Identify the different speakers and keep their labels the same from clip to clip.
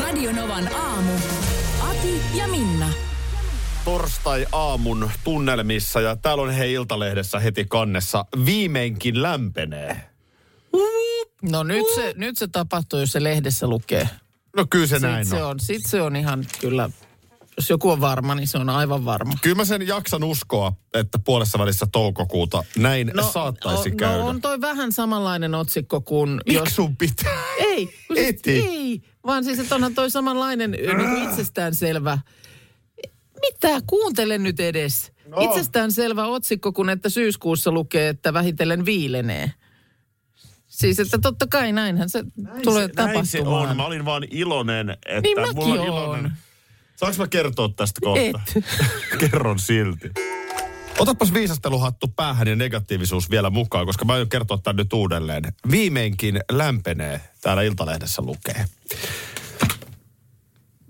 Speaker 1: Radionovan aamu. Ati ja Minna.
Speaker 2: torstai-aamun tunnelmissa ja täällä on hei Iltalehdessä heti kannessa. Viimeinkin lämpenee.
Speaker 3: No nyt
Speaker 2: Uh.
Speaker 3: se, nyt se tapahtuu, jos se lehdessä lukee.
Speaker 2: No kyllä se
Speaker 3: Sitten
Speaker 2: näin
Speaker 3: se
Speaker 2: on.
Speaker 3: on, sit se on ihan kyllä, jos joku on varma, niin se on aivan varma.
Speaker 2: Kyllä mä sen jaksan uskoa, että puolessa välissä toukokuuta näin saattaisi
Speaker 3: No, o-
Speaker 2: käydä.
Speaker 3: No on toi vähän samanlainen otsikko kuin...
Speaker 2: Miksi sun pitää?
Speaker 3: Ei, kun siis,
Speaker 2: Eti.
Speaker 3: ei, vaan siis, että onhan toi samanlainen niin kuin itsestäänselvä. Mitä? Kuuntele nyt edes. No. Itsestäänselvä otsikko, kun että syyskuussa lukee, että vähitellen viilenee. Siis, että totta kai näinhän se näin tulee se, tapahtumaan.
Speaker 2: Näin se on. Mä olin vaan iloinen, että
Speaker 3: Niin mäkin
Speaker 2: mulla on
Speaker 3: oon.
Speaker 2: iloinen. Saanko mä kertoa tästä
Speaker 3: Et.
Speaker 2: kohta? Kerron silti. Otapas viisasteluhattu päähän ja negatiivisuus vielä mukaan, koska mä aion kertoa tämän nyt uudelleen. Viimeinkin lämpenee, täällä Iltalehdessä lukee.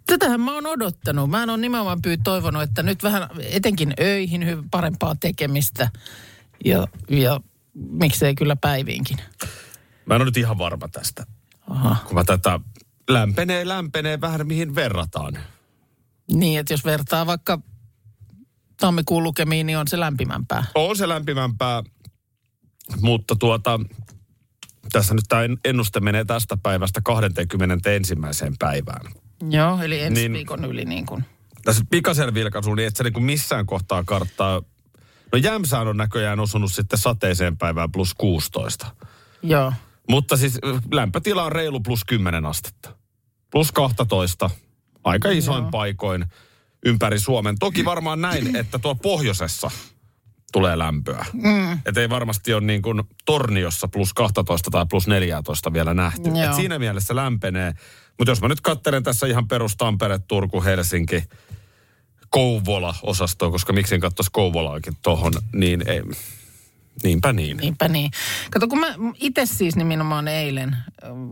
Speaker 3: Tätähän mä oon odottanut. Mä en ole nimenomaan pyy toivonut, että nyt vähän etenkin öihin hy- parempaa tekemistä ja, ja miksei kyllä päiviinkin.
Speaker 2: Mä en ole nyt ihan varma tästä.
Speaker 3: Aha.
Speaker 2: Kun mä tätä lämpenee, lämpenee vähän mihin verrataan.
Speaker 3: Niin, että jos vertaa vaikka tammikuun lukemiin, niin on se lämpimämpää.
Speaker 2: On se lämpimämpää, mutta tuota, tässä nyt tämä ennuste menee tästä päivästä 21. päivään.
Speaker 3: Joo, eli ensi
Speaker 2: Niin.
Speaker 3: niin. viikon yli niin kuin.
Speaker 2: tässä pikaisen vilkaisu, niin et sä niinku missään kohtaa karttaa. No Jämsään on näköjään osunut sitten sateiseen päivään plus 16.
Speaker 3: Joo.
Speaker 2: Mutta siis ö, lämpötila on reilu plus 10 astetta. Plus 12. Aika isoin
Speaker 3: Joo.
Speaker 2: paikoin ympäri Suomen. Toki varmaan näin, että tuo pohjoisessa tulee lämpöä. Mm. Että ei varmasti ole niin kuin torniossa plus 12 tai plus 14 vielä nähty.
Speaker 3: Joo.
Speaker 2: Et siinä mielessä lämpenee. Mutta jos mä nyt katselen tässä ihan perus Tampere, Turku, Helsinki, Kouvola-osastoa, koska miksi en katsoisi Kouvolaakin tohon, niin ei, niinpä niin.
Speaker 3: Niinpä niin. Kato, kun mä itse siis nimenomaan eilen,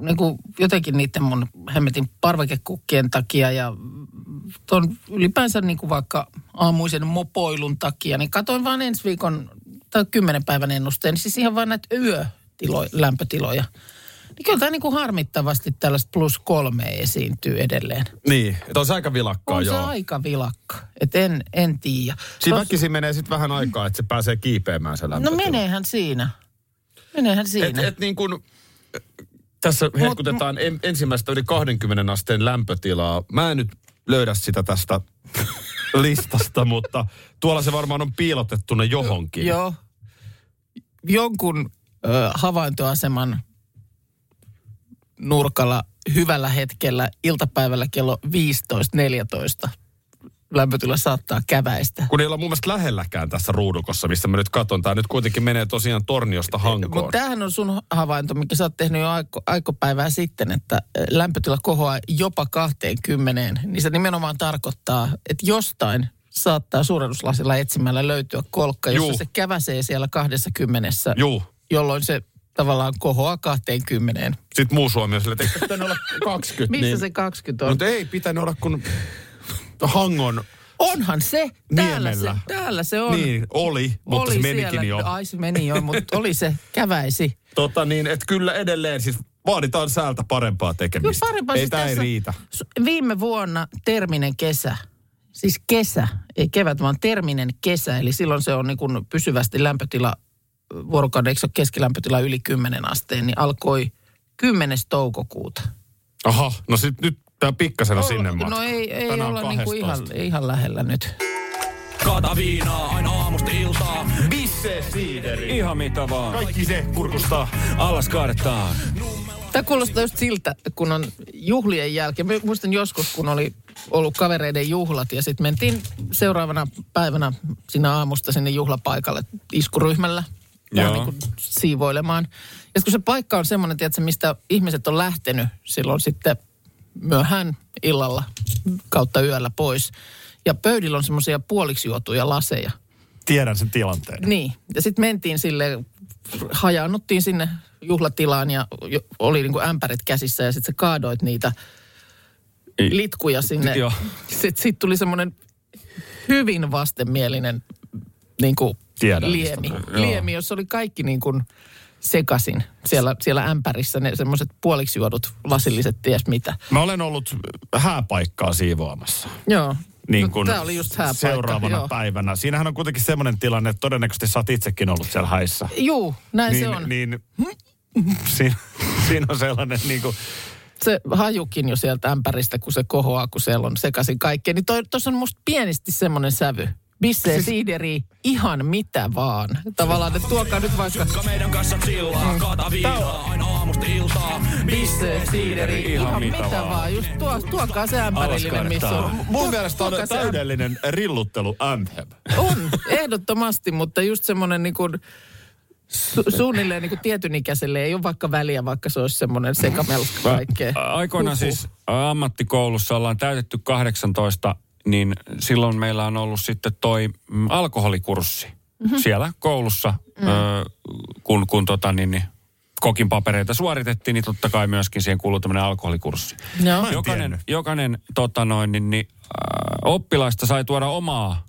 Speaker 3: niin kuin jotenkin niiden mun hemmetin parvekekukkien takia ja ton ylipäänsä niin kuin vaikka aamuisen mopoilun takia, niin katoin vaan ensi viikon tai kymmenen päivän ennusteen, niin siis ihan vaan näitä yötiloja, lämpötiloja. Niin kyllä tämä niin kuin harmittavasti tällaista plus kolme esiintyy edelleen.
Speaker 2: Niin, että on se aika vilakkaa,
Speaker 3: On se
Speaker 2: joo.
Speaker 3: aika vilakka, että en, en tiedä.
Speaker 2: Siinä väkisin menee sitten vähän aikaa, että se pääsee kiipeämään se
Speaker 3: No
Speaker 2: lämpötila.
Speaker 3: meneehän siinä. Meneehän
Speaker 2: Et,
Speaker 3: siinä.
Speaker 2: et niin kun, äh, tässä hehkutetaan en, ensimmäistä yli 20 asteen lämpötilaa. Mä en nyt löydä sitä tästä listasta, mutta tuolla se varmaan on piilotettuna johonkin.
Speaker 3: Joo. Jonkun ö, havaintoaseman nurkalla hyvällä hetkellä iltapäivällä kello 15.14 lämpötila saattaa käväistä.
Speaker 2: Kun ei olla mun mielestä lähelläkään tässä ruudukossa, missä mä nyt katson. Tämä nyt kuitenkin menee tosiaan torniosta hankoon.
Speaker 3: Mutta tämähän on sun havainto, mikä sä oot tehnyt jo aiko, aikopäivää sitten, että ö, lämpötila kohoaa jopa 20, niin se nimenomaan tarkoittaa, että jostain saattaa suurennuslasilla etsimällä löytyä kolkka, jossa
Speaker 2: Juu.
Speaker 3: se käväsee siellä 20,
Speaker 2: Juu.
Speaker 3: jolloin se tavallaan kohoaa 20.
Speaker 2: Sitten muu Suomi on sillä, että eikö pitänyt olla 20.
Speaker 3: Missä
Speaker 2: niin...
Speaker 3: niin. se 20 on?
Speaker 2: Mutta ei pitänyt olla kun hangon.
Speaker 3: Onhan se. Täällä, se.
Speaker 2: Niemellä.
Speaker 3: täällä se on.
Speaker 2: Niin, oli, mutta
Speaker 3: oli
Speaker 2: se menikin
Speaker 3: siellä.
Speaker 2: jo.
Speaker 3: Ai se meni jo, mutta oli se. Käväisi.
Speaker 2: Tota niin, että kyllä edelleen siis vaaditaan säältä parempaa tekemistä.
Speaker 3: Kyllä parempaa,
Speaker 2: ei
Speaker 3: siis
Speaker 2: tää ei
Speaker 3: tässä-
Speaker 2: riitä.
Speaker 3: S- Viime vuonna terminen kesä. Siis kesä, ei kevät, vaan terminen kesä. Eli silloin se on niin kuin pysyvästi lämpötila, vuorokauden, eikö se ole keskilämpötila yli 10 asteen, niin alkoi 10. toukokuuta.
Speaker 2: Aha, no sit nyt tää pikkasena
Speaker 3: Olla-
Speaker 2: sinne matka.
Speaker 3: no ei, ei
Speaker 2: Tänään
Speaker 3: olla niin kuin
Speaker 2: 12.
Speaker 3: ihan, ihan lähellä nyt.
Speaker 4: Kaata viinaa aina aamusta iltaan.
Speaker 2: Bisse siideri.
Speaker 4: Ihan mitä vaan.
Speaker 2: Kaikki se kurkusta.
Speaker 4: Alas kaadetaan.
Speaker 3: Tämä kuulostaa just siltä, kun on juhlien jälkeen. Mä muistan joskus, kun oli ollut kavereiden juhlat ja sitten mentiin seuraavana päivänä sinä aamusta sinne juhlapaikalle iskuryhmällä
Speaker 2: Joo.
Speaker 3: vähän niin kuin siivoilemaan. Ja sit kun se paikka on semmoinen, tiedätkö, mistä ihmiset on lähtenyt silloin sitten myöhään illalla kautta yöllä pois. Ja pöydillä on semmoisia puoliksi juotuja laseja.
Speaker 2: Tiedän sen tilanteen.
Speaker 3: Niin, ja sitten mentiin sille, hajaannuttiin sinne juhlatilaan ja jo- oli niinku ämpärit käsissä ja sitten sä kaadoit niitä
Speaker 5: Ei.
Speaker 3: litkuja sinne.
Speaker 5: Joo.
Speaker 3: Sitten sit tuli semmoinen hyvin vastenmielinen niinku
Speaker 2: Tiedän,
Speaker 3: liemi,
Speaker 2: mistä
Speaker 3: liemi, jossa oli kaikki niin kuin sekasin siellä, siellä ämpärissä, ne semmoiset puoliksi juodut lasilliset ties mitä.
Speaker 2: Mä olen ollut hääpaikkaa siivoamassa.
Speaker 3: Joo.
Speaker 2: Niin
Speaker 3: No,
Speaker 2: kun
Speaker 3: tää oli just hääpaikka,
Speaker 2: seuraavana
Speaker 3: joo.
Speaker 2: päivänä. Siinähän on kuitenkin semmoinen tilanne, että todennäköisesti sä oot itsekin ollut siellä häissä.
Speaker 3: Juu, näin
Speaker 2: niin,
Speaker 3: se on. Niin.
Speaker 2: Niin, siinä, siinä on sellainen niin kuin,
Speaker 3: Se hajukin jo sieltä ämpäristä, kun se kohoaa, kun siellä on sekasin kaikkea. Niin tuossa on musta pienesti semmoinen sävy. Bisse siis... siideri, ihan mitä vaan. Tavallaan, että tuokaa nyt vaikka
Speaker 4: Ka meidän kanssa chillaa, kaata viinaa, aina aamusta iltaa.
Speaker 3: bisse siideri, ihan, ihan mitä, mitä vaan. vaan. Just tuo, tuokaa se ämpärillinen, missä on.
Speaker 2: Mun
Speaker 3: Tuo-
Speaker 2: mielestä on
Speaker 3: tuokaa se ämpäri.
Speaker 2: täydellinen rilluttelu anthem.
Speaker 3: On, ehdottomasti, mutta just semmoinen niin kuin su- suunnilleen niin kuin tietyn ikäiselle ei ole vaikka väliä, vaikka se olisi semmoinen sekamelska kaikkea.
Speaker 6: Aikoinaan siis ä, ammattikoulussa ollaan täytetty 18, niin silloin meillä on ollut sitten toi mm, alkoholikurssi siellä koulussa, mm. ö, kun, kun tota, niin, niin, kokin papereita suoritettiin, niin totta kai myöskin siihen kuuluu tämmöinen alkoholikurssi.
Speaker 3: No,
Speaker 6: Jokainen,
Speaker 2: tiennyt.
Speaker 6: jokainen tota noin, niin, niin, äh, oppilaista sai tuoda omaa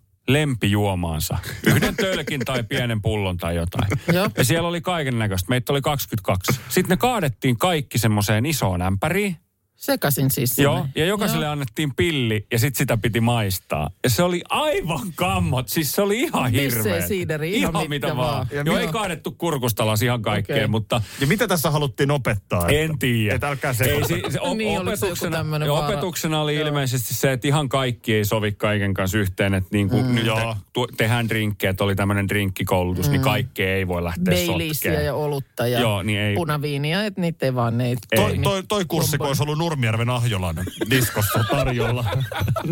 Speaker 6: lempijuomaansa. Yhden tölkin tai pienen pullon tai jotain.
Speaker 3: Joo.
Speaker 6: Ja siellä oli kaiken näköistä. Meitä oli 22. Sitten ne kaadettiin kaikki semmoiseen isoon ämpäriin.
Speaker 3: sekasin siis. sinne.
Speaker 6: Joo, ja jokaiselle annettiin pilli ja sitten sitä piti maistaa. Ja se oli aivan kammot, siis se oli ihan
Speaker 3: Bissee,
Speaker 6: hirveä.
Speaker 3: siideri, ihan
Speaker 6: mitä,
Speaker 3: mitä
Speaker 6: vaan.
Speaker 3: vaan.
Speaker 6: Joo,
Speaker 3: Ja
Speaker 6: ei kaadettu kurkusta alas ihan kaikkea,
Speaker 3: Okei.
Speaker 6: mutta
Speaker 2: Ja mitä tässä haluttiin opettaa?
Speaker 6: en tiedä.
Speaker 2: Et älkää se.
Speaker 6: Ei, si- se, o-
Speaker 3: Niin,
Speaker 6: niin,
Speaker 3: oliko se joku
Speaker 6: opetuksena,
Speaker 3: tämmönen
Speaker 6: joo,
Speaker 3: vaara?
Speaker 6: opetuksena oli joo. ilmeisesti se, että ihan kaikki ei sovi kaiken kanssa yhteen. Että niin kuin mm. nyt
Speaker 2: Joo.
Speaker 6: tu- tehdään drinkkejä, että oli tämmöinen drinkkikoulutus, mm. niin kaikkea ei voi lähteä
Speaker 3: Baileysia
Speaker 6: sotkeen.
Speaker 3: ja olutta ja
Speaker 6: Joo, niin ei.
Speaker 3: punaviinia, että niitä ei vaan ne ei
Speaker 2: Toi,
Speaker 3: toimi.
Speaker 2: toi, toi kurssi, kun olisi ollut Nurmijärven Ahjolan diskossa tarjolla,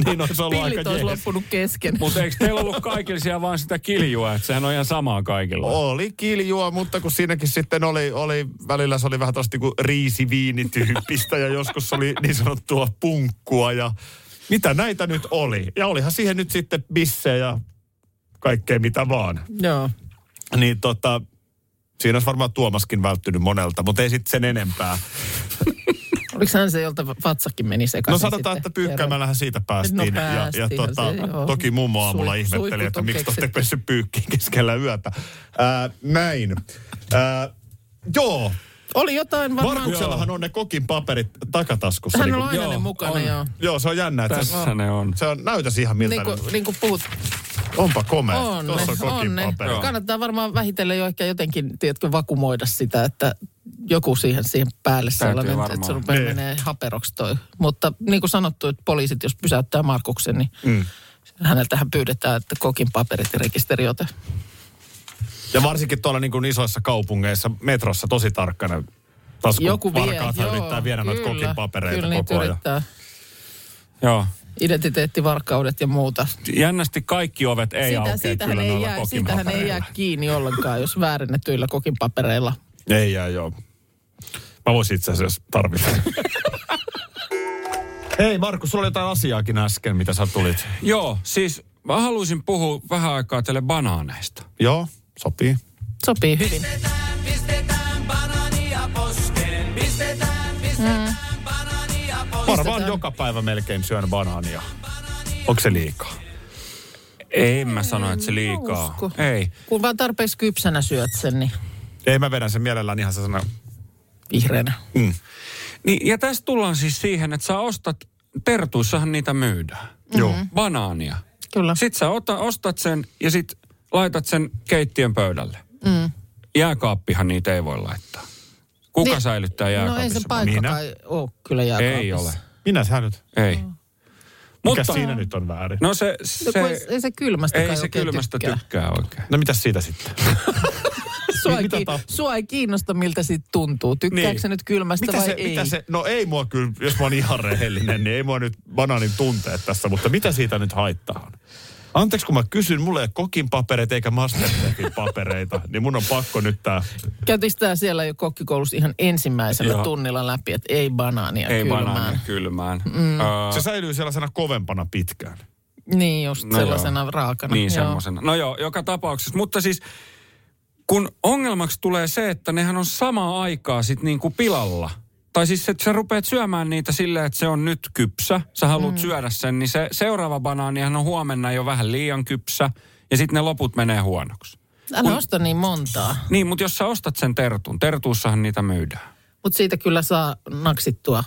Speaker 2: niin olisi ollut
Speaker 3: Pillit
Speaker 2: aika
Speaker 3: olisi
Speaker 2: jees.
Speaker 3: loppunut kesken.
Speaker 6: Mutta eikö teillä ollut kaikilla siellä vaan sitä kiljua, että sehän on ihan samaa kaikilla?
Speaker 2: Oli kiljua, mutta kun siinäkin sitten oli, oli välillä se oli vähän tällaista niinku riisiviinityyppistä ja joskus oli niin sanottua punkkua ja mitä näitä nyt oli. Ja olihan siihen nyt sitten bissejä ja kaikkea mitä vaan.
Speaker 3: Joo.
Speaker 2: Niin tota, siinä olisi varmaan Tuomaskin välttynyt monelta, mutta ei sitten sen enempää.
Speaker 3: Oliko hän se, jolta vatsakin meni sekaisin
Speaker 2: No sanotaan, että
Speaker 3: sitten?
Speaker 2: pyykkäämällähän siitä päästiin.
Speaker 3: No
Speaker 2: ja, ja
Speaker 3: päästiinhän
Speaker 2: tota,
Speaker 3: se, joo.
Speaker 2: toki mummo aamulla
Speaker 3: Sui-
Speaker 2: ihmetteli,
Speaker 3: suihkut
Speaker 2: että
Speaker 3: on
Speaker 2: miksi te olette
Speaker 3: keksitty.
Speaker 2: pessyt pyykkiin keskellä yötä. Ää, näin. Ää, joo,
Speaker 3: Oli jotain varmaan.
Speaker 2: Markuksellahan on ne kokin paperit takataskussa.
Speaker 3: Hän
Speaker 2: niin
Speaker 3: on
Speaker 2: kuin-
Speaker 3: aina ne mukana,
Speaker 6: on.
Speaker 3: joo.
Speaker 2: Joo, se on jännä. Että se,
Speaker 6: Tässä ne on.
Speaker 2: se on, näytäisi ihan miltä.
Speaker 3: Niin
Speaker 2: ne-
Speaker 3: kuin, niin kuin puhut,
Speaker 2: Onpa komea.
Speaker 3: On,
Speaker 2: Tuossa on kokin
Speaker 3: on ne.
Speaker 2: paperi.
Speaker 3: Kannattaa varmaan vähitellen jo ehkä jotenkin, tiedätkö, vakumoida sitä, että joku siihen, siihen päälle sellainen,
Speaker 6: varmaan.
Speaker 3: että se rupeaa
Speaker 2: Niin.
Speaker 3: menee haperoksi toi. Mutta niin kuin sanottu, että poliisit, jos pysäyttää Markuksen, niin mm. häneltähän pyydetään, että kokin paperit ja rekisteriote.
Speaker 2: Ja varsinkin tuolla niin kuin isoissa kaupungeissa, metrossa tosi tarkkana. Tasku,
Speaker 3: Joku vie,
Speaker 2: varkaathan
Speaker 3: joo,
Speaker 2: yrittää viedä noita
Speaker 3: kyllä,
Speaker 2: kokin papereita
Speaker 3: kyllä niitä
Speaker 2: koko ajan.
Speaker 3: yrittää.
Speaker 6: Joo.
Speaker 3: Identiteettivarkaudet ja muuta.
Speaker 6: Jännästi kaikki ovet ei aukea
Speaker 3: Siitä, siitähän
Speaker 6: kyllä
Speaker 3: ei,
Speaker 6: noilla
Speaker 3: jää,
Speaker 6: kokin
Speaker 3: siitähän ei jää
Speaker 6: papereilla.
Speaker 3: kiinni ollenkaan, jos väärennettyillä kokin papereilla.
Speaker 2: Ei jää, joo. Mä voisin itse asiassa tarvita. Hei Markus, sulla oli jotain asiaakin äsken, mitä sä tulit.
Speaker 6: Joo, siis mä haluaisin puhua vähän aikaa teille banaaneista.
Speaker 2: Joo, sopii.
Speaker 3: Sopii hyvin.
Speaker 2: Varmaan joka päivä melkein syön banaania. Onko se liikaa?
Speaker 6: Ei mä sano, että se liikaa.
Speaker 3: usko.
Speaker 6: Ei.
Speaker 3: Kun vaan tarpeeksi kypsänä syöt sen, niin
Speaker 2: Ei, mä vedän sen mielellään ihan sellaisena.
Speaker 3: vihreänä.
Speaker 6: Niin, ja tässä tullaan siis siihen, että sä ostat, tertuissahan niitä myydään.
Speaker 3: Mhm.
Speaker 2: Joo.
Speaker 6: Banaania.
Speaker 3: Kyllä.
Speaker 6: Sitten sä ota, ostat sen ja sit laitat sen keittiön pöydälle. Mm. Jääkaappihan niitä ei voi laittaa. Kuka
Speaker 3: Niin-
Speaker 6: säilyttää
Speaker 3: No ei
Speaker 6: jääkaapissa?
Speaker 3: se paikka
Speaker 2: Minä?
Speaker 3: kai ole kyllä jääkaapissa.
Speaker 6: ei ole.
Speaker 2: Minä sä nyt?
Speaker 6: Ei.
Speaker 2: Mikä
Speaker 6: Mutta,
Speaker 2: siinä nyt on väärin?
Speaker 6: no se,
Speaker 3: No,
Speaker 6: se,
Speaker 3: kun ei, ei se kylmästä
Speaker 6: ei
Speaker 3: kai
Speaker 6: se
Speaker 3: oikein
Speaker 6: kylmästä tykkää, tykkää oikein.
Speaker 2: No mitä siitä sitten?
Speaker 3: Sua, ei,
Speaker 2: Mitä
Speaker 3: kiin-
Speaker 2: tap-
Speaker 3: sua ei kiinnosta, miltä siitä tuntuu. Tykkääkö
Speaker 6: Niin.
Speaker 3: se nyt kylmästä
Speaker 2: Mitä
Speaker 3: vai
Speaker 2: se,
Speaker 3: ei?
Speaker 2: mitä se, no ei mua kyllä, jos mä oon ihan rehellinen, niin ei mua nyt banaanin tunteet tässä, mutta mitä siitä nyt haittaa on? Anteeksi, kun mä kysyn, mulle ei ole kokin papereita eikä Masterchefin papereita, niin mun on pakko nyt tää.
Speaker 3: Käytiinkö tämä siellä jo kokkikoulussa ihan ensimmäisellä
Speaker 6: Joo.
Speaker 3: tunnilla läpi, että ei banaania
Speaker 6: Ei
Speaker 3: kylmään.
Speaker 6: banaania kylmään. Mm. Öö,
Speaker 2: Se säilyy sellaisena kovempana pitkään.
Speaker 3: Niin just,
Speaker 6: No
Speaker 3: no sellaisena joo. raakana.
Speaker 6: Niin
Speaker 3: joo.
Speaker 6: semmoisena. No joo, joka tapauksessa. Mutta siis kun ongelmaksi tulee se, että nehän on samaa aikaa sit niin kuin pilalla. Tai siis että sä rupeat syömään niitä silleen, että se on nyt kypsä. Sä haluat mm. syödä sen, niin se seuraava banaanihan on huomenna jo vähän liian kypsä. Ja sitten ne loput menee huonoksi.
Speaker 3: Älä osta niin montaa,
Speaker 6: Niin, mutta jos sä ostat sen tertun, tertuussahan niitä myydään.
Speaker 3: mutta siitä kyllä saa naksittua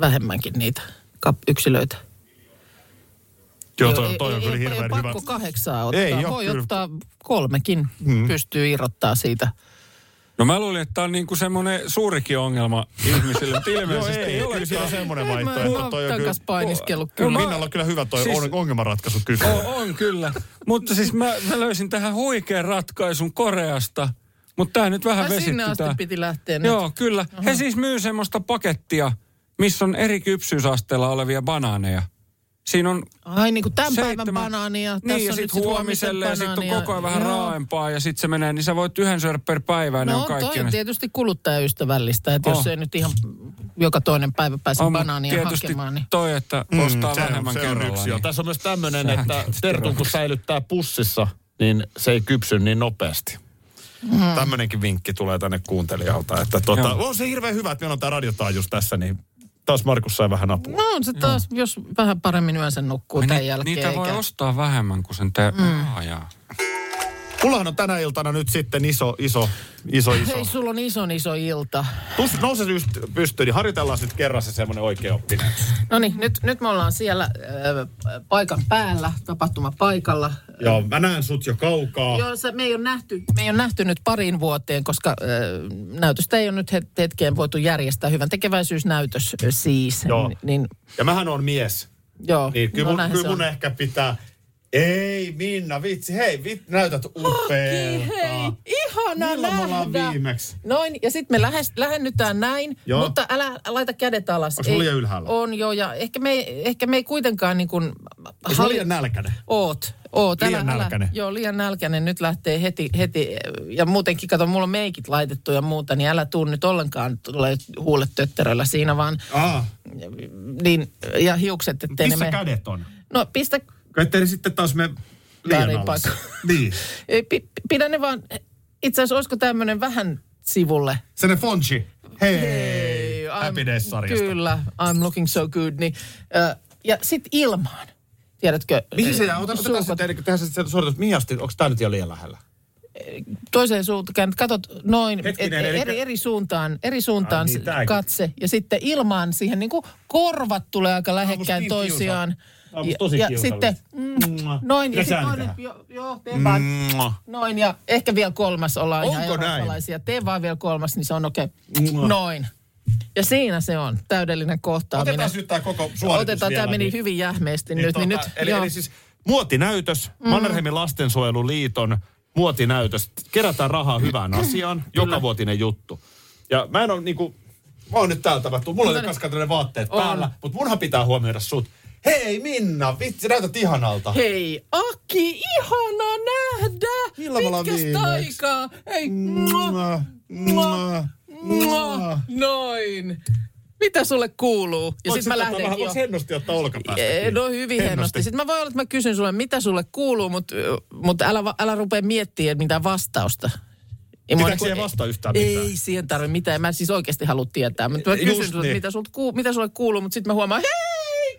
Speaker 3: vähemmänkin niitä kap- yksilöitä.
Speaker 2: Joo, toi, toi on
Speaker 3: ei,
Speaker 2: kyllä
Speaker 3: ei, ei
Speaker 2: hirveän
Speaker 3: ole
Speaker 2: hyvä.
Speaker 3: pakko kahdeksaa ottaa.
Speaker 2: Ei oo
Speaker 3: Voi
Speaker 2: kyllä.
Speaker 3: ottaa kolmekin, mm. pystyy irrottaa siitä.
Speaker 6: No mä luulin, että tämä on niinku semmoinen suurikin ongelma ihmisille, mutta
Speaker 2: Joo,
Speaker 6: ilmeisesti
Speaker 2: ei, ei kyllä siinä on semmoinen
Speaker 3: Ei, mä
Speaker 2: vaihtoehto. Toi on kyllä,
Speaker 3: takas painiskellut
Speaker 6: Joo,
Speaker 3: kyllä.
Speaker 6: mä-
Speaker 2: Minnalla on kyllä hyvä toi
Speaker 6: Siis-
Speaker 2: siis... ongelmanratkaisu
Speaker 6: O-
Speaker 2: kyllä.
Speaker 6: on kyllä. mutta siis mä, mä löysin tähän huikean ratkaisun Koreasta, mutta tämä nyt vähän
Speaker 3: Ai,
Speaker 6: vesitti
Speaker 3: sinne asti
Speaker 6: tää.
Speaker 3: piti lähteä nyt.
Speaker 6: Joo, kyllä. Aha. He siis myy semmoista pakettia, missä on eri kypsyysasteella olevia banaaneja. Siinä on
Speaker 3: Ai niin kuin tämän päivän
Speaker 6: seitsemän-
Speaker 3: banaania, tässä
Speaker 6: Niin, ja
Speaker 3: on
Speaker 6: sitten
Speaker 3: nyt sit
Speaker 6: huomiselle ja sitten on
Speaker 3: banaania.
Speaker 6: koko ajan vähän
Speaker 3: Joo.
Speaker 6: raaempaa ja sitten se menee, niin sä voit yhden syödä per päivä ja ne
Speaker 3: No
Speaker 6: on kaikki.
Speaker 3: toi on
Speaker 6: ne-
Speaker 3: tietysti kuluttajaystävällistä, että
Speaker 6: On.
Speaker 3: jos ei nyt ihan joka toinen päivä pääse
Speaker 6: On, mut
Speaker 3: banaania
Speaker 6: tietysti
Speaker 3: hakemaan, niin...
Speaker 6: toi, että ostaa
Speaker 2: se Mm, on-
Speaker 6: vähemmän
Speaker 2: se on
Speaker 6: kerrallaan.
Speaker 2: yksi,
Speaker 6: niin-
Speaker 2: joo.
Speaker 5: Tässä on myös tämmöinen,
Speaker 6: Sähän
Speaker 5: että
Speaker 6: tietysti
Speaker 5: tertun kun
Speaker 6: rakas.
Speaker 5: säilyttää pussissa, niin se ei kypsy niin nopeasti.
Speaker 2: Mm. Tämmöinenkin vinkki tulee tänne kuuntelijalta. Että tuota,
Speaker 6: Joo.
Speaker 2: on se hirveän hyvä, että meillä on tämä radiotaajuus tässä, niin taas Markus sai vähän apua.
Speaker 3: No on se taas, jos vähän paremmin yönsä nukkuu
Speaker 6: Ai
Speaker 3: tämän
Speaker 6: Niin ni-
Speaker 3: jälkeen.
Speaker 6: Niitä voi
Speaker 3: eikä-
Speaker 6: ostaa vähemmän kuin sen te... Mm. Ajaa.
Speaker 2: Mullahan on tänä iltana nyt sitten iso, iso, iso,
Speaker 3: Hei,
Speaker 2: iso.
Speaker 3: sulla on ison iso ilta.
Speaker 2: Tus, nouse just pystyyn, niin harjoitellaan nyt kerran se semmoinen oikea oppinen.
Speaker 3: No niin, nyt, nyt me ollaan siellä ö, paikan päällä, tapahtumapaikalla.
Speaker 2: Joo, mä näen sut jo kaukaa.
Speaker 3: Joo, se, me, ei ole nähty, me ei ole nähty nyt pariin vuoteen, koska ö, näytöstä ei ole nyt het- hetkeen voitu järjestää. Hyvän tekeväisyysnäytös ö, siis.
Speaker 2: Joo.
Speaker 3: Ni- Niin,
Speaker 2: Ja mähän on mies.
Speaker 3: joo.
Speaker 2: Niin, kyllä, no, mun,
Speaker 3: näinhän
Speaker 2: kyllä
Speaker 3: Oh, se on.
Speaker 2: mun ehkä pitää... Ei, Minna, vitsi, hei, vit, näytät upeelta.
Speaker 3: Hei, ihana
Speaker 2: Milloin me ollaan
Speaker 3: nähdä.
Speaker 2: viimeksi?
Speaker 3: Noin, ja sitten me lähes, lähennytään näin,
Speaker 2: Joo.
Speaker 3: Joo. mutta älä laita kädet alas.
Speaker 2: Onks mä liian ylhäällä?
Speaker 3: On joo, ja ehkä me, ei- ehkä me ei kuitenkaan niin kuin...
Speaker 2: Onks mä liian nälkäinen?
Speaker 3: Oot, oot. älä-
Speaker 2: Liian
Speaker 3: älä-
Speaker 2: nälkäinen.
Speaker 3: Joo, liian nälkäinen. Nyt lähtee heti, heti, ja muutenkin, kato, mulla on meikit laitettu ja muuta, niin älä tuu nyt ollenkaan, tulee huulet tötteröllä siinä vaan,
Speaker 2: Ah,
Speaker 3: niin, ja hiukset, ettei ne
Speaker 2: missä
Speaker 3: mene.
Speaker 2: kädet on?
Speaker 3: No, pistä
Speaker 2: Kai ettei sitten taas me
Speaker 3: Väärin
Speaker 2: liian alas.
Speaker 3: paikka.
Speaker 2: Niin.
Speaker 3: Ei, pi- pidä ne vaan, itse asiassa olisiko tämmöinen vähän sivulle?
Speaker 2: Sellainen Fonchi. Hei.
Speaker 3: Ei, I'm-
Speaker 2: Happy Days-sarjasta.
Speaker 3: Kyllä, I'm looking so good. Niin, ö, ja sit ilmaan. Tiedätkö?
Speaker 2: Mihin se
Speaker 3: ö,
Speaker 2: jää? Otetaan
Speaker 3: suukot-
Speaker 2: tässä tehdä, tehdä se suoritus. Mihin asti? Onko tämä nyt jo liian lähellä?
Speaker 3: Toiseen suuntaan, katot noin,
Speaker 2: Hetkinen,
Speaker 3: et, e- eri,
Speaker 2: elikkä-
Speaker 3: eri suuntaan, eri suuntaan
Speaker 2: Ai niin,
Speaker 3: se
Speaker 2: tääkin.
Speaker 3: katse. Ja sitten ilmaan siihen, niin kuin korvat tulee aika lähekkäin
Speaker 2: niin
Speaker 3: toisiaan.
Speaker 2: Tää on musta tosi
Speaker 3: ja, ja
Speaker 2: kiusallista.
Speaker 3: sitten, mm, noin, ja sitten toinen, joo, joo, tee vaan. Noin, ja ehkä vielä kolmas ollaan ihan
Speaker 2: Mm. Onko näin?
Speaker 3: eurooppalaisia. Tee vaan vielä kolmas, niin se on okei. Okay. Noin. Ja siinä se on, täydellinen kohtaaminen.
Speaker 2: Otetaan nyt tämä koko suoritus
Speaker 3: Otetaan,
Speaker 2: vielä,
Speaker 3: tämä meni
Speaker 2: niin-
Speaker 3: hyvin jähmeesti nyt. Niin nyt
Speaker 2: eli,
Speaker 3: joo.
Speaker 2: eli siis muotinäytös, mm. Mannerheimin lastensuojeluliiton muotinäytös. Kerätään rahaa hyvään asiaan, joka vuotinen juttu. Ja mä en ole niinku, mä oon nyt täältä vattu, mulla on
Speaker 3: No niin.
Speaker 2: kaskaan tällainen vaatteet
Speaker 3: On.
Speaker 2: päällä, mutta munhan pitää huomioida sut. Hei Minna, vitsi, näytät ihanalta.
Speaker 3: Hei, Aki, ihana nähdä!
Speaker 2: Milloin me ollaan
Speaker 3: Pitkästä
Speaker 2: viimeksi?
Speaker 3: aikaa! Hei, mua, mua, mua, noin. Mitä sulle kuuluu? Ja
Speaker 2: Voit
Speaker 3: sitten mä
Speaker 2: sit ottaa
Speaker 3: lähden
Speaker 2: tota vähän-
Speaker 3: jo.
Speaker 2: voiko hennosti ottaa olkapäästä?
Speaker 3: Ee,
Speaker 2: kiinni?
Speaker 3: No hyvin
Speaker 2: Hennosti.
Speaker 3: hennosti. Sitten mä voin olla, että mä kysyn sulle, mitä sulle kuuluu, mutta mut älä, va- älä rupea miettimään mitään vastausta. Ei mua
Speaker 2: Pitääkö
Speaker 3: niinku-
Speaker 2: siihen vastaa yhtään mitään?
Speaker 3: Ei siihen tarvitse mitään. Mä en siis oikeasti halua tietää. Mutta mä
Speaker 2: Just
Speaker 3: kysyn
Speaker 2: niin.
Speaker 3: sulle, niin. mitä, sulta kuuluu, mitä sulle kuuluu, mutta sitten mä huomaan, hei,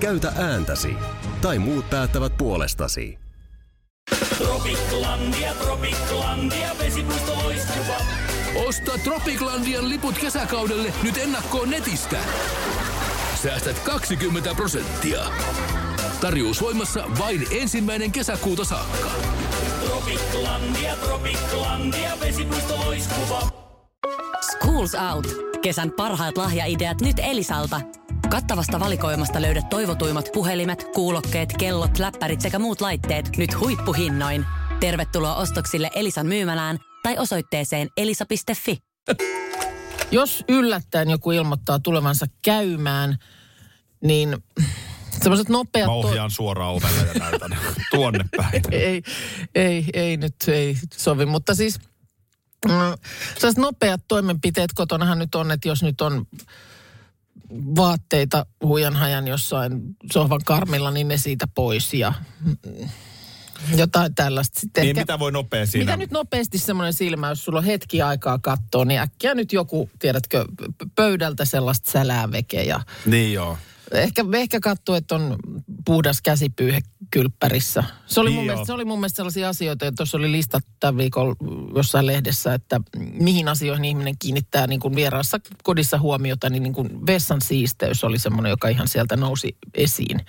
Speaker 7: Käytä ääntäsi. Tai muut päättävät puolestasi.
Speaker 4: Tropiklandia, Tropiklandia, vesipuisto loistuva.
Speaker 8: Osta Tropiklandian liput kesäkaudelle nyt ennakkoon netistä. Säästät 20 prosenttia. Tarjous voimassa vain ensimmäinen kesäkuuta saakka.
Speaker 4: Tropiklandia, Tropiklandia, vesipuisto loiskuva.
Speaker 1: Schools Out. Kesän parhaat lahjaideat nyt Elisalta. Kattavasta valikoimasta löydät toivotuimmat puhelimet, kuulokkeet, kellot, läppärit sekä muut laitteet nyt huippuhinnoin. Tervetuloa ostoksille Elisan myymälään tai osoitteeseen elisa.fi.
Speaker 3: Jos yllättäen joku ilmoittaa tulevansa käymään, niin semmoiset nopeat...
Speaker 2: Mä
Speaker 3: to-
Speaker 2: ohjaan suoraan ovelle ja näytän tuonne päin.
Speaker 3: ei, ei, ei nyt ei sovi, mutta siis mm, sellaiset nopeat toimenpiteet kotonahan nyt on, että jos nyt on vaatteita huijanhajan jossain sohvan karmilla, niin ne siitä pois ja mm, jotain tällaista. Sitten
Speaker 2: Niin
Speaker 3: ehkä-
Speaker 2: mitä voi nopea siinä?
Speaker 3: Mitä nyt nopeasti semmoinen silmä, jos sulla on hetki aikaa katsoa, niin äkkiä nyt joku, tiedätkö, p- pöydältä sellaista säläveke ja
Speaker 5: Niin joo.
Speaker 3: ehkä, ehkä katsoa, että on puhdas käsipyyhe kylppärissä. Se oli, mun
Speaker 2: Niin joo.
Speaker 3: mielestä, se oli mun mielestä sellaisia asioita, että tuossa oli listattu tämän viikon jossain lehdessä, että mihin asioihin ihminen kiinnittää niin kuin vieraassa kodissa huomiota, niin, niin kuin vessan siisteys oli semmoinen, joka ihan sieltä nousi esiin.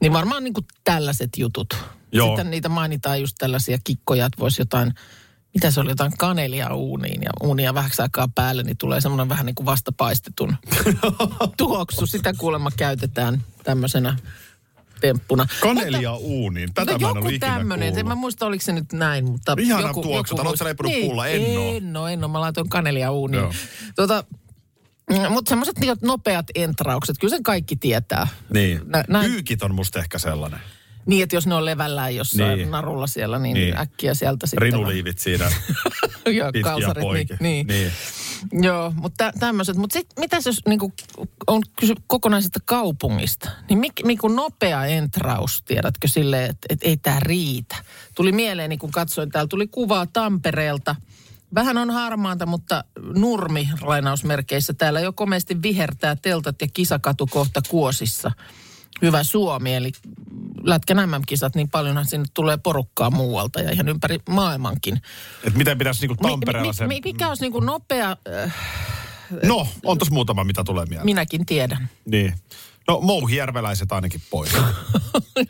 Speaker 3: Niin varmaan niin kuin tällaiset jutut.
Speaker 2: Joo.
Speaker 3: Sitten niitä mainitaan just tällaisia kikkoja, että voisi jotain, mitä se oli, jotain kanelia uuniin ja uunia vähäksi aikaa päälle, niin tulee semmoinen vähän niin kuin vastapaistetun tuoksu. Sitä kuulemma käytetään tämmöisenä temppuna.
Speaker 2: Kanelia uuniin. Tätä
Speaker 3: no
Speaker 2: mä en ollut
Speaker 3: joku
Speaker 2: ikinä
Speaker 3: tämmöinen, en mä
Speaker 2: kuullut.
Speaker 3: muista oliko se nyt näin, mutta
Speaker 2: Ihana
Speaker 3: joku,
Speaker 2: tuoksu.
Speaker 3: joku
Speaker 2: Täällä oot sä
Speaker 3: muist-
Speaker 2: leiponut pulla? En oo.
Speaker 3: En oo, en oo. Mä laitoin kanelia uuniin. mm,
Speaker 2: Joo.
Speaker 3: Tota, mutta semmoiset nopeat entraukset, kyllä sen kaikki tietää.
Speaker 2: Niin.
Speaker 3: Nä- näin-
Speaker 2: Pyykit on musta ehkä sellainen.
Speaker 3: Niin, että jos ne on levällään jossain
Speaker 2: Niin.
Speaker 3: niin. narulla siellä, niin,
Speaker 2: Niin.
Speaker 3: niin. äkkiä sieltä sitten...
Speaker 2: Rinuliivit siinä
Speaker 3: ja
Speaker 2: pitkiä
Speaker 3: No, kalsarit,
Speaker 2: poikia.
Speaker 3: niin, niin.
Speaker 2: niin.
Speaker 3: Joo, mutta tä- tämmöiset. Mutta sitten mitäs jos niinku, on kysy kokonaisesta kaupungista, niin mik, niinku nopea entraus, tiedätkö, silleen, että et ei tämä riitä. Tuli mieleeni, kun katsoin, täällä tuli kuvaa Tampereelta. Vähän on harmaanta, mutta nurmi lainausmerkeissä täällä jo komeasti vihertää teltat ja kisakatu kohta kuosissa. Hyvä Suomi, eli Lätkän MM-kisat, niin paljonhan sinne tulee porukkaa muualta ja ihan ympäri maailmankin.
Speaker 2: Et miten pitäisi niinku Tampereella sen...
Speaker 3: mi, mi, mikä olisi niinku nopea, äh,
Speaker 2: No, on tos muutama, mitä tulee mieleen.
Speaker 3: minäkin tiedän.
Speaker 2: Niin. No, mouhijärveläiset ainakin pois.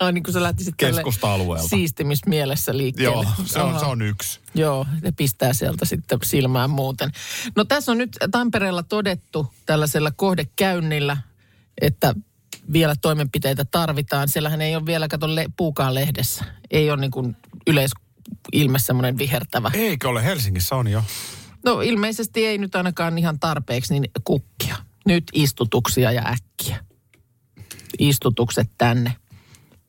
Speaker 3: Ai niin kuin sä lähtisit
Speaker 2: Keskusta-alueelta.
Speaker 3: siistimismielessä liikkeelle.
Speaker 2: Joo, se on,
Speaker 3: Aha.
Speaker 2: se on yksi.
Speaker 3: Joo, ne pistää sieltä sitten silmään muuten. No tässä on nyt Tampereella todettu tällaisella kohdekäynnillä, että vielä toimenpiteitä tarvitaan. Siellähän ei ole vielä, kato le- puukaan lehdessä. Ei ole niin kuin yleis ilme semmoinen vihertävä.
Speaker 2: Eikö ole? Helsingissä on jo.
Speaker 3: No ilmeisesti ei nyt ainakaan ihan tarpeeksi niin kukkia. Nyt istutuksia ja äkkiä. Istutukset tänne.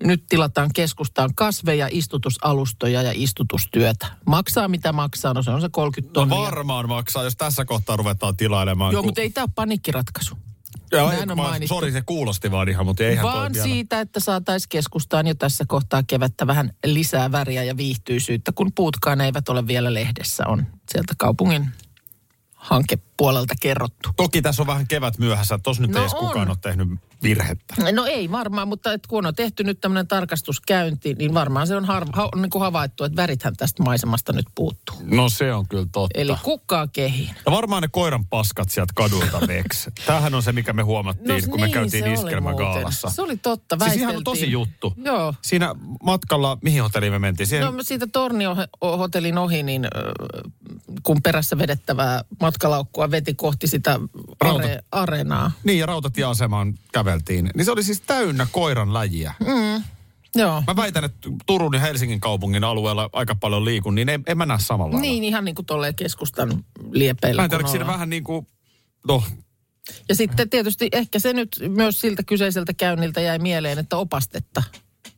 Speaker 3: Nyt tilataan keskustaan kasveja, istutusalustoja ja istutustyötä. Maksaa mitä maksaa, no se on se 30
Speaker 2: No
Speaker 3: tonnia.
Speaker 2: varmaan maksaa, jos tässä kohtaa ruvetaan tilailemaan.
Speaker 3: Joo, mutta ei tämä ole paniikkiratkaisu.
Speaker 2: Joo,
Speaker 3: näin
Speaker 2: ei,
Speaker 3: on
Speaker 2: mä-
Speaker 3: mainittu.
Speaker 2: Sori, se kuulosti vaan ihan, mutta eihän toi
Speaker 3: Vaan
Speaker 2: vielä.
Speaker 3: siitä, että saataisiin keskustaan jo tässä kohtaa kevättä vähän lisää väriä ja viihtyisyyttä, kun puutkaan eivät ole vielä lehdessä, on sieltä kaupungin hankepuolelta kerrottu.
Speaker 2: Toki tässä on vähän kevät myöhässä. Tos nyt
Speaker 3: No
Speaker 2: no ei edes
Speaker 3: on.
Speaker 2: kukaan ole tehnyt virhettä.
Speaker 3: No ei varmaan, mutta et kun on tehty nyt tämmöinen tarkastuskäynti, niin varmaan se on har, ha, niin kuin havaittu, että värithän tästä maisemasta nyt puuttuu.
Speaker 2: No se on kyllä totta.
Speaker 3: Eli kukkaa kehiin.
Speaker 2: Ja varmaan ne koiran paskat sieltä kadulta veksi. Tämähän on se, mikä me huomattiin, no, kun me käytiin
Speaker 3: niin, se oli
Speaker 2: iskelmägaalassa.
Speaker 3: muuten. Se oli totta,
Speaker 2: Siis
Speaker 3: väisteltiin.
Speaker 2: ihan on tosi juttu.
Speaker 3: Joo.
Speaker 2: Siinä matkalla, mihin hotelliin me mentiin? Siihen,
Speaker 3: No mä siitä Tornio-hotellin ohi, niin ö, kun perässä vedettävää matkalaukkua veti kohti sitä
Speaker 2: Rauta-
Speaker 3: are, areenaa.
Speaker 2: Niin, ja rautatieasemaan käveltiin. Niin se oli siis täynnä koiran läjiä. Mm.
Speaker 3: Joo.
Speaker 2: Mä väitän, että Turun ja Helsingin kaupungin alueella aika paljon liikun, niin en, en mä näe samalla lailla.
Speaker 3: Niin, ihan niin kuin tolleen keskustan
Speaker 2: Mä
Speaker 3: liepeillä.
Speaker 2: en tiedä,
Speaker 3: kun
Speaker 2: onko siinä
Speaker 3: ollaan.
Speaker 2: vähän niin kuin, no,
Speaker 3: Ja sitten tietysti ehkä se nyt myös siltä kyseiseltä käynniltä jäi mieleen, että opastetta.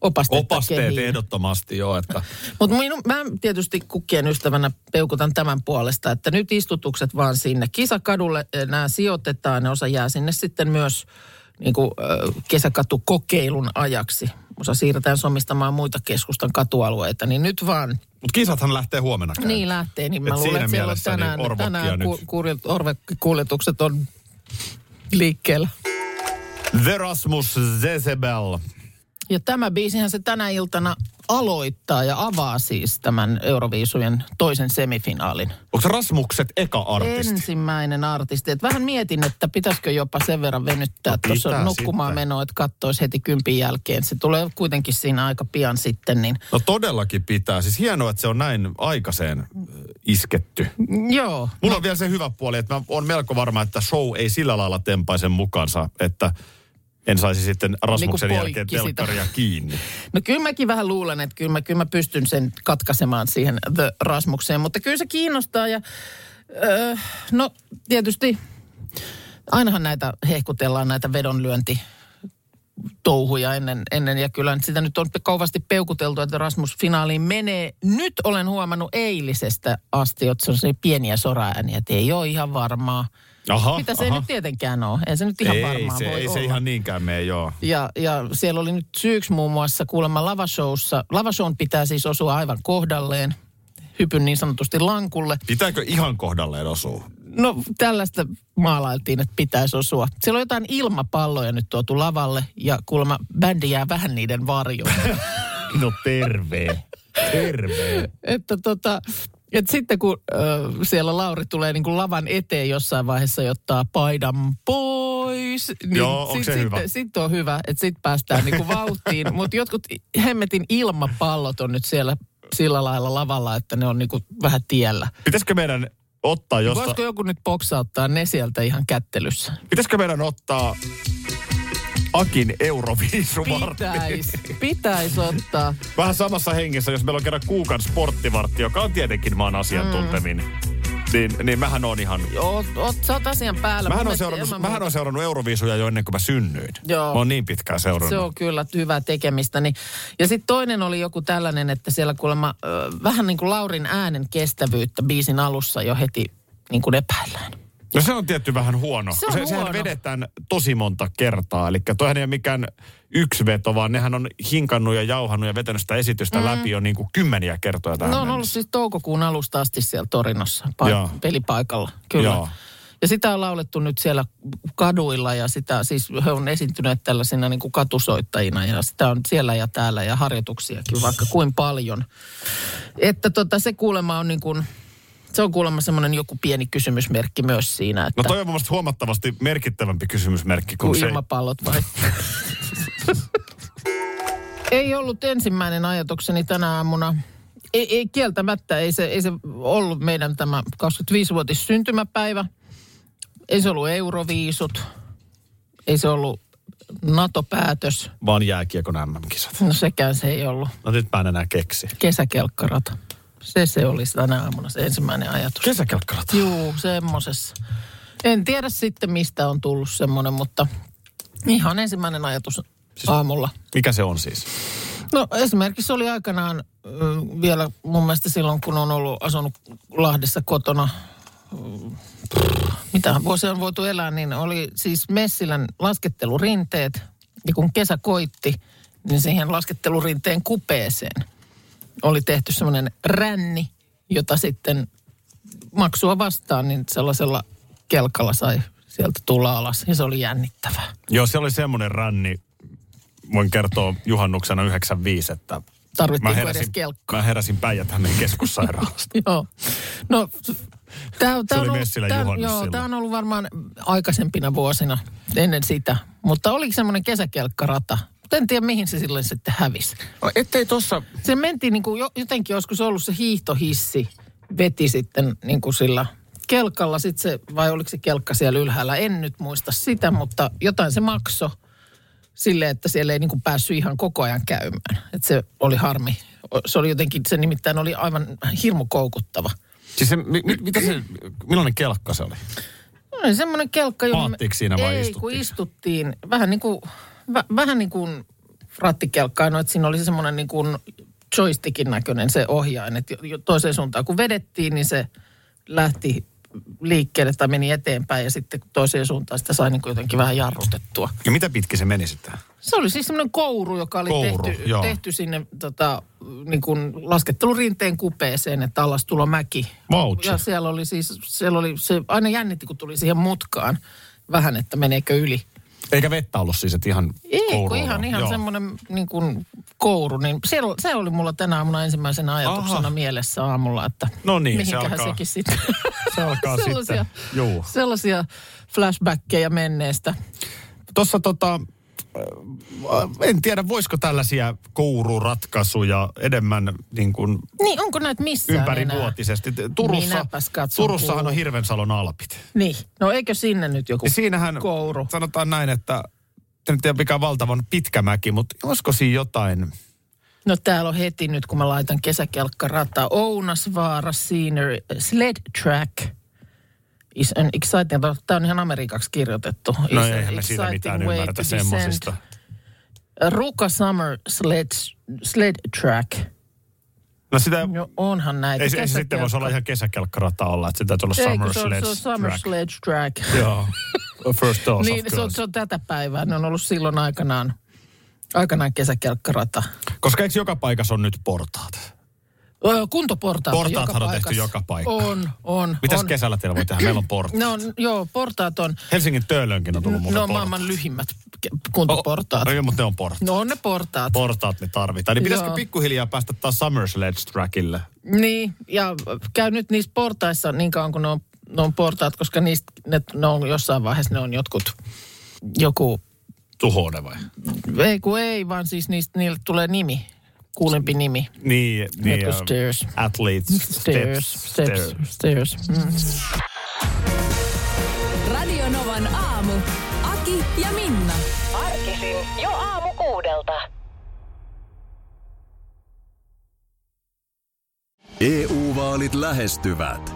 Speaker 3: Opastetta
Speaker 2: opasteet
Speaker 3: kehiin.
Speaker 2: ehdottomasti joo, että
Speaker 3: Mutta mä tietysti kukkien ystävänä peukutan tämän puolesta, että nyt istutukset vaan sinne. Kisakadulle eh, nämä sijoitetaan, ne osa jää sinne sitten myös niin kuin, kesäkatukokeilun ajaksi. Osa siirretään somistamaan muita keskustan katualueita, niin nyt vaan
Speaker 2: Mutta kisathan lähtee huomenna käyntiin.
Speaker 3: niin lähtee, niin mä
Speaker 2: Et
Speaker 3: luulen,
Speaker 2: siinä
Speaker 3: että siellä on
Speaker 2: mielessä niin
Speaker 3: tänään,
Speaker 2: orvokkia
Speaker 3: tänään
Speaker 2: nyt.
Speaker 3: ku, kurjut, orvekkikuljetukset on liikkeellä.
Speaker 2: Verasmus Zezebel
Speaker 3: Ja tämä biisihän se tänä iltana aloittaa ja avaa siis tämän Euroviisujen toisen semifinaalin.
Speaker 2: Onko Rasmukset eka artisti?
Speaker 3: Ensimmäinen artisti. Et vähän mietin, että pitäisikö jopa sen verran venyttää
Speaker 2: No
Speaker 3: no, tuossa
Speaker 2: pitää
Speaker 3: nukkumaan
Speaker 2: sitten.
Speaker 3: menoa, että kattoisi heti kympin jälkeen. Se tulee kuitenkin siinä aika pian sitten. Niin.
Speaker 2: No todellakin pitää. Siis hienoa, että se on näin aikaiseen ö, isketty.
Speaker 3: Joo,
Speaker 2: Mulla on vielä se hyvä puoli, että mä oon melko varma, että show ei sillä lailla tempaisen mukansa, että en saisi sitten Rasmuksen
Speaker 3: Niinku
Speaker 2: jälkeen
Speaker 3: poikki sitä.
Speaker 2: telkkaria kiinni.
Speaker 3: No kyllä mäkin vähän luulen, että kyllä mä, kyllä mä pystyn sen katkaisemaan siihen The Rasmukseen, mutta kyllä se kiinnostaa ja öö, no tietysti ainahan näitä hehkutellaan näitä vedonlyönti touhuja ennen, ennen ja kyllä sitä nyt on kovasti peukuteltu, että Rasmus finaaliin menee. Nyt olen huomannut eilisestä asti, että se on sellaisia pieniä soraääniä, että ei ole ihan varmaa.
Speaker 2: Aha,
Speaker 3: Mitä se ei
Speaker 2: aha.
Speaker 3: nyt tietenkään ole. Ei se nyt ihan
Speaker 2: ei,
Speaker 3: varmaa
Speaker 2: se,
Speaker 3: voi
Speaker 2: ei
Speaker 3: olla.
Speaker 2: se ihan niinkään mene, joo.
Speaker 3: Ja, ja siellä oli nyt syyksi muun muassa kuulemma lavashowssa. Lavashown pitää siis osua aivan kohdalleen, hypyn niin sanotusti lankulle.
Speaker 2: Pitääkö ihan kohdalleen osua?
Speaker 3: No tällaista maalailtiin, että pitäisi osua. Siellä on jotain ilmapalloja nyt tuotu lavalle ja kuulemma bändi jää vähän niiden varjoon.
Speaker 2: No terve. Terve.
Speaker 3: että tota, et sitten kun ö, siellä Lauri tulee niin kuin lavan eteen jossain vaiheessa ja ottaa paidan pois, niin
Speaker 2: Joo, onko se
Speaker 3: sitten
Speaker 2: hyvä?
Speaker 3: sit on hyvä, että sitten päästään niin kuin vauhtiin. Mutta jotkut hemmetin ilmapallot on nyt siellä sillä lailla lavalla, että ne on niin kuin vähän tiellä.
Speaker 2: Pitäisikö meidän ottaa josta...
Speaker 3: Voisiko joku nyt boksauttaa ne sieltä ihan kättelyssä?
Speaker 2: Pitäisikö meidän ottaa Akin Euroviisuvartti?
Speaker 3: Pitäisi, pitäisi ottaa.
Speaker 2: Vähän samassa hengessä, jos meillä on kerran kuukan sporttivartti, joka on tietenkin maan asiantuntemin.
Speaker 3: Mm.
Speaker 2: Niin, niin mähän on ihan...
Speaker 3: Oot, oot, sä oot asian päällä.
Speaker 2: Mähän
Speaker 3: Mun
Speaker 2: on,
Speaker 3: mielestä
Speaker 2: seurannut,
Speaker 3: no ilman
Speaker 2: mähän on seurannut Euroviisuja jo ennen kuin mä synnyin.
Speaker 3: Joo.
Speaker 2: Mä oon niin pitkään seurannut.
Speaker 3: Se on kyllä hyvää tekemistä. Niin. Ja sitten toinen oli joku tällainen, että siellä kuulemma ö, vähän niin kuin Laurin äänen kestävyyttä biisin alussa jo heti niin kuin epäillään.
Speaker 2: No se on tietty vähän huono.
Speaker 3: Se on
Speaker 2: Sehän
Speaker 3: huono.
Speaker 2: vedetään tosi monta kertaa. Eli toihan ei ole mikään yksi veto, vaan nehän on hinkannut ja jauhannut ja vetänyt sitä esitystä mm. läpi jo niin kuin kymmeniä kertoja tähän
Speaker 3: Ne on ollut
Speaker 2: mennessä.
Speaker 3: siis toukokuun alusta asti siellä Torinossa
Speaker 2: Joo.
Speaker 3: pa- pelipaikalla. Kyllä.
Speaker 2: Joo.
Speaker 3: Ja sitä on laulettu nyt siellä kaduilla ja sitä, siis he on esiintyneet tällaisina niin kuin katusoittajina ja sitä on siellä ja täällä ja harjoituksiakin vaikka kuin paljon. Että tota, se kuulemma on niin kuin, se on kuulemma semmoinen joku pieni kysymysmerkki myös siinä, että
Speaker 2: No toi on mun mielestä huomattavasti merkittävämpi kysymysmerkki kuin
Speaker 3: kuin
Speaker 2: se.
Speaker 3: ilmapallot vai? ei ollut ensimmäinen ajatukseni tänä aamuna. Ei, ei kieltämättä, ei se, ei se ollut meidän tämä 25-vuotis syntymäpäivä. Ei se ollut euroviisut. Ei se ollut NATO-päätös.
Speaker 2: Vaan jääkiekon MM-kisat.
Speaker 3: No sekään se ei ollut.
Speaker 2: No nyt mä en enää keksi.
Speaker 3: Kesäkelkkarata. Se se oli tänä aamuna se ensimmäinen ajatus.
Speaker 2: Kesäkelkkarat.
Speaker 3: Juu, semmosessa. En tiedä sitten, mistä on tullut semmoinen, mutta ihan ensimmäinen ajatus aamulla.
Speaker 2: Mikä se on siis?
Speaker 3: No esimerkiksi oli aikanaan ö, vielä mun mielestä silloin, kun on ollut asunut Lahdessa kotona, ö, mitä vuosia on voitu elää, niin oli siis Messilän laskettelurinteet. Ja kun kesä koitti, niin siihen laskettelurinteen kupeeseen oli tehty semmoinen ränni, jota sitten maksua vastaan, niin sellaisella kelkalla sai sieltä tulla alas. Ja se oli jännittävää.
Speaker 2: Joo, se oli semmoinen ranni, voin kertoa juhannuksena 95, että mä
Speaker 3: Tarvittiinko edes
Speaker 2: heräsin,
Speaker 3: kelkkaa?
Speaker 2: mä heräsin Päijät-Hämeen keskussairaalasta.
Speaker 3: Joo. No, tämä
Speaker 2: Se oli Messilän juhannus
Speaker 3: joo,
Speaker 2: silloin.
Speaker 3: tää on ollut varmaan aikaisempina vuosina ennen sitä. Mutta oliko semmoinen kesäkelkkarata? Mut En tiedä, mihin se silloin sitten hävisi.
Speaker 2: No, ettei tossa...
Speaker 3: Se mentiin niin kuin jotenkin joskus ollut se hiihtohissi, veti sitten niin kuin sillä kelkalla sit se, vai oliko se kelkka siellä ylhäällä, en nyt muista sitä, mutta jotain se makso sille, että siellä ei niin kuin päässyt ihan koko ajan käymään. Et se oli harmi. O- Se oli jotenkin, se nimittäin oli aivan hirmu koukuttava.
Speaker 2: Siis se, mi, mi- mitä se, millainen kelkka se oli?
Speaker 3: No niin, semmoinen kelkka, johon... me-
Speaker 2: Maattiinko siinä vai
Speaker 3: Ei, kun
Speaker 2: istuttiinko?
Speaker 3: istuttiin. Vähän niin kuin, väh, vähän niin kuin rattikelkkaa, no, että siinä oli se semmoinen niin kuin joystickin näköinen se ohjain. Että jo- jo toiseen suuntaan kun vedettiin, niin se lähti liikkeelle tai meni eteenpäin ja sitten toiseen suuntaan sitä sai niin kuin jotenkin vähän jarrutettua.
Speaker 2: Ja mitä pitkin se meni sitten?
Speaker 3: Se oli siis semmoinen kouru, joka oli
Speaker 2: Kouru,
Speaker 3: tehty,
Speaker 2: joo.
Speaker 3: tehty sinne tota, niin kuin laskettelurinteen kupeeseen, että alas tulo mäki.
Speaker 2: Vautsi.
Speaker 3: Ja siellä oli siis, siellä oli, se aina jännitti, kun tuli siihen mutkaan vähän, että meneekö yli.
Speaker 5: Eikä vettä ollut siis, että ihan
Speaker 3: Ei, kun
Speaker 5: kourulla.
Speaker 3: ihan, ihan
Speaker 5: Joo.
Speaker 3: semmoinen niin kuin kouru, niin se, se oli mulla tänä aamuna ensimmäisenä ajatuksena
Speaker 5: Aha.
Speaker 3: mielessä aamulla, että
Speaker 5: No niin, se
Speaker 3: mihinkähän
Speaker 5: alkaa-
Speaker 3: sekin sitten.
Speaker 5: Se alkaa
Speaker 3: sellaisia,
Speaker 5: sitten. Juu.
Speaker 3: sellaisia flashbackkejä menneestä.
Speaker 2: Tuossa tota, äh, en tiedä voisiko tällaisia koururatkaisuja enemmän niin kuin
Speaker 3: Niin, onko näitä missään enää?
Speaker 2: ympärivuotisesti. Turussa,
Speaker 3: Minäpäs katson
Speaker 2: Turussahan on
Speaker 3: kuuluu.
Speaker 2: Hirvensalon alpit.
Speaker 3: Niin, no eikö sinne nyt joku
Speaker 5: Siis
Speaker 2: Ja siinähän
Speaker 3: kouru?
Speaker 2: sanotaan näin, että se nyt ei ole mikään valtavan pitkä mäki, mutta olisiko siinä jotain?
Speaker 3: No täällä on heti nyt, kun mä laitan kesäkelkkarata. Ounasvaara Senior Sled Track is an exciting... Tämä on ihan amerikaksi kirjoitettu. Is
Speaker 2: No
Speaker 3: an
Speaker 2: eihän me siinä
Speaker 3: exciting
Speaker 2: mitään
Speaker 3: way
Speaker 2: ymmärretä
Speaker 3: to descend.
Speaker 2: semmosista.
Speaker 3: Ruka Summer Sled, sled Track.
Speaker 2: No sitä,
Speaker 3: No onhan näitä.
Speaker 2: ei, se- ei se sitten
Speaker 3: Kesäkelkka-
Speaker 2: voisi olla ihan kesäkelkkarata olla, että se täytyy olla
Speaker 3: Ei, kun
Speaker 2: summer
Speaker 3: se on, se on
Speaker 2: sledge
Speaker 3: Summer
Speaker 2: track.
Speaker 3: Sledge Track.
Speaker 2: Joo. First dose
Speaker 3: niin,
Speaker 2: of
Speaker 3: se on,
Speaker 2: girls.
Speaker 3: se on tätä päivää. Ne on ollut silloin aikanaan, aikanaan kesäkelkkarata.
Speaker 2: Koska eikö joka paikassa on nyt portaat?
Speaker 3: Öö, kuntoportaat on joka
Speaker 2: Portaathan on tehty
Speaker 3: paikassa.
Speaker 2: joka paikkaan.
Speaker 3: On, on,
Speaker 2: Mitäs
Speaker 3: on. No.
Speaker 2: kesällä teillä voi tehdä? Meillä on portaat.
Speaker 3: Ne on, joo, portaat on.
Speaker 2: Helsingin töölönkin on tullut muuten
Speaker 3: Ne on
Speaker 2: portaat.
Speaker 3: maailman lyhimmät ke- kuntoportaat.
Speaker 2: Oh, no, mutta ne on portaat.
Speaker 3: No on ne portaat.
Speaker 2: Portaat me tarvitaan. Niin pitäisikö
Speaker 3: Joo.
Speaker 2: pikkuhiljaa päästä taas Summer Sledge Trackille?
Speaker 3: Niin, ja käy nyt niissä portaissa niin kauan kuin ne on, ne on portaat, koska niistä ne, ne on jossain vaiheessa ne on jotkut, joku,
Speaker 2: Tuhoon ne vai?
Speaker 3: ei kun ei, vaan siis niistä, niille tulee nimi, kuulempi nimi.
Speaker 2: Niin, niin.
Speaker 3: Jotkut stairs.
Speaker 2: Athletes.
Speaker 3: Stairs, ehm, steps, stairs. Mm.
Speaker 9: Radio Novan aamu. Aki ja Minna.
Speaker 10: Arkisin jo aamu kuudelta.
Speaker 7: EU-vaalit E lähestyvät.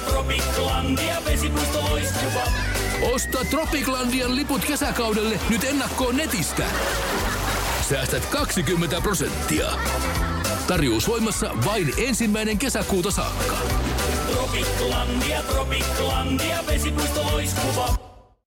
Speaker 4: Tropiklandia, vesipuisto loistuva.
Speaker 8: Osta Tropiklandian liput kesäkaudelle nyt ennakkoon netistä. Säästät 20 prosenttia. Tarjous voimassa vain ensimmäinen kesäkuuta saakka.
Speaker 4: Tropiklandia, Tropiklandia, vesipuisto loistuva.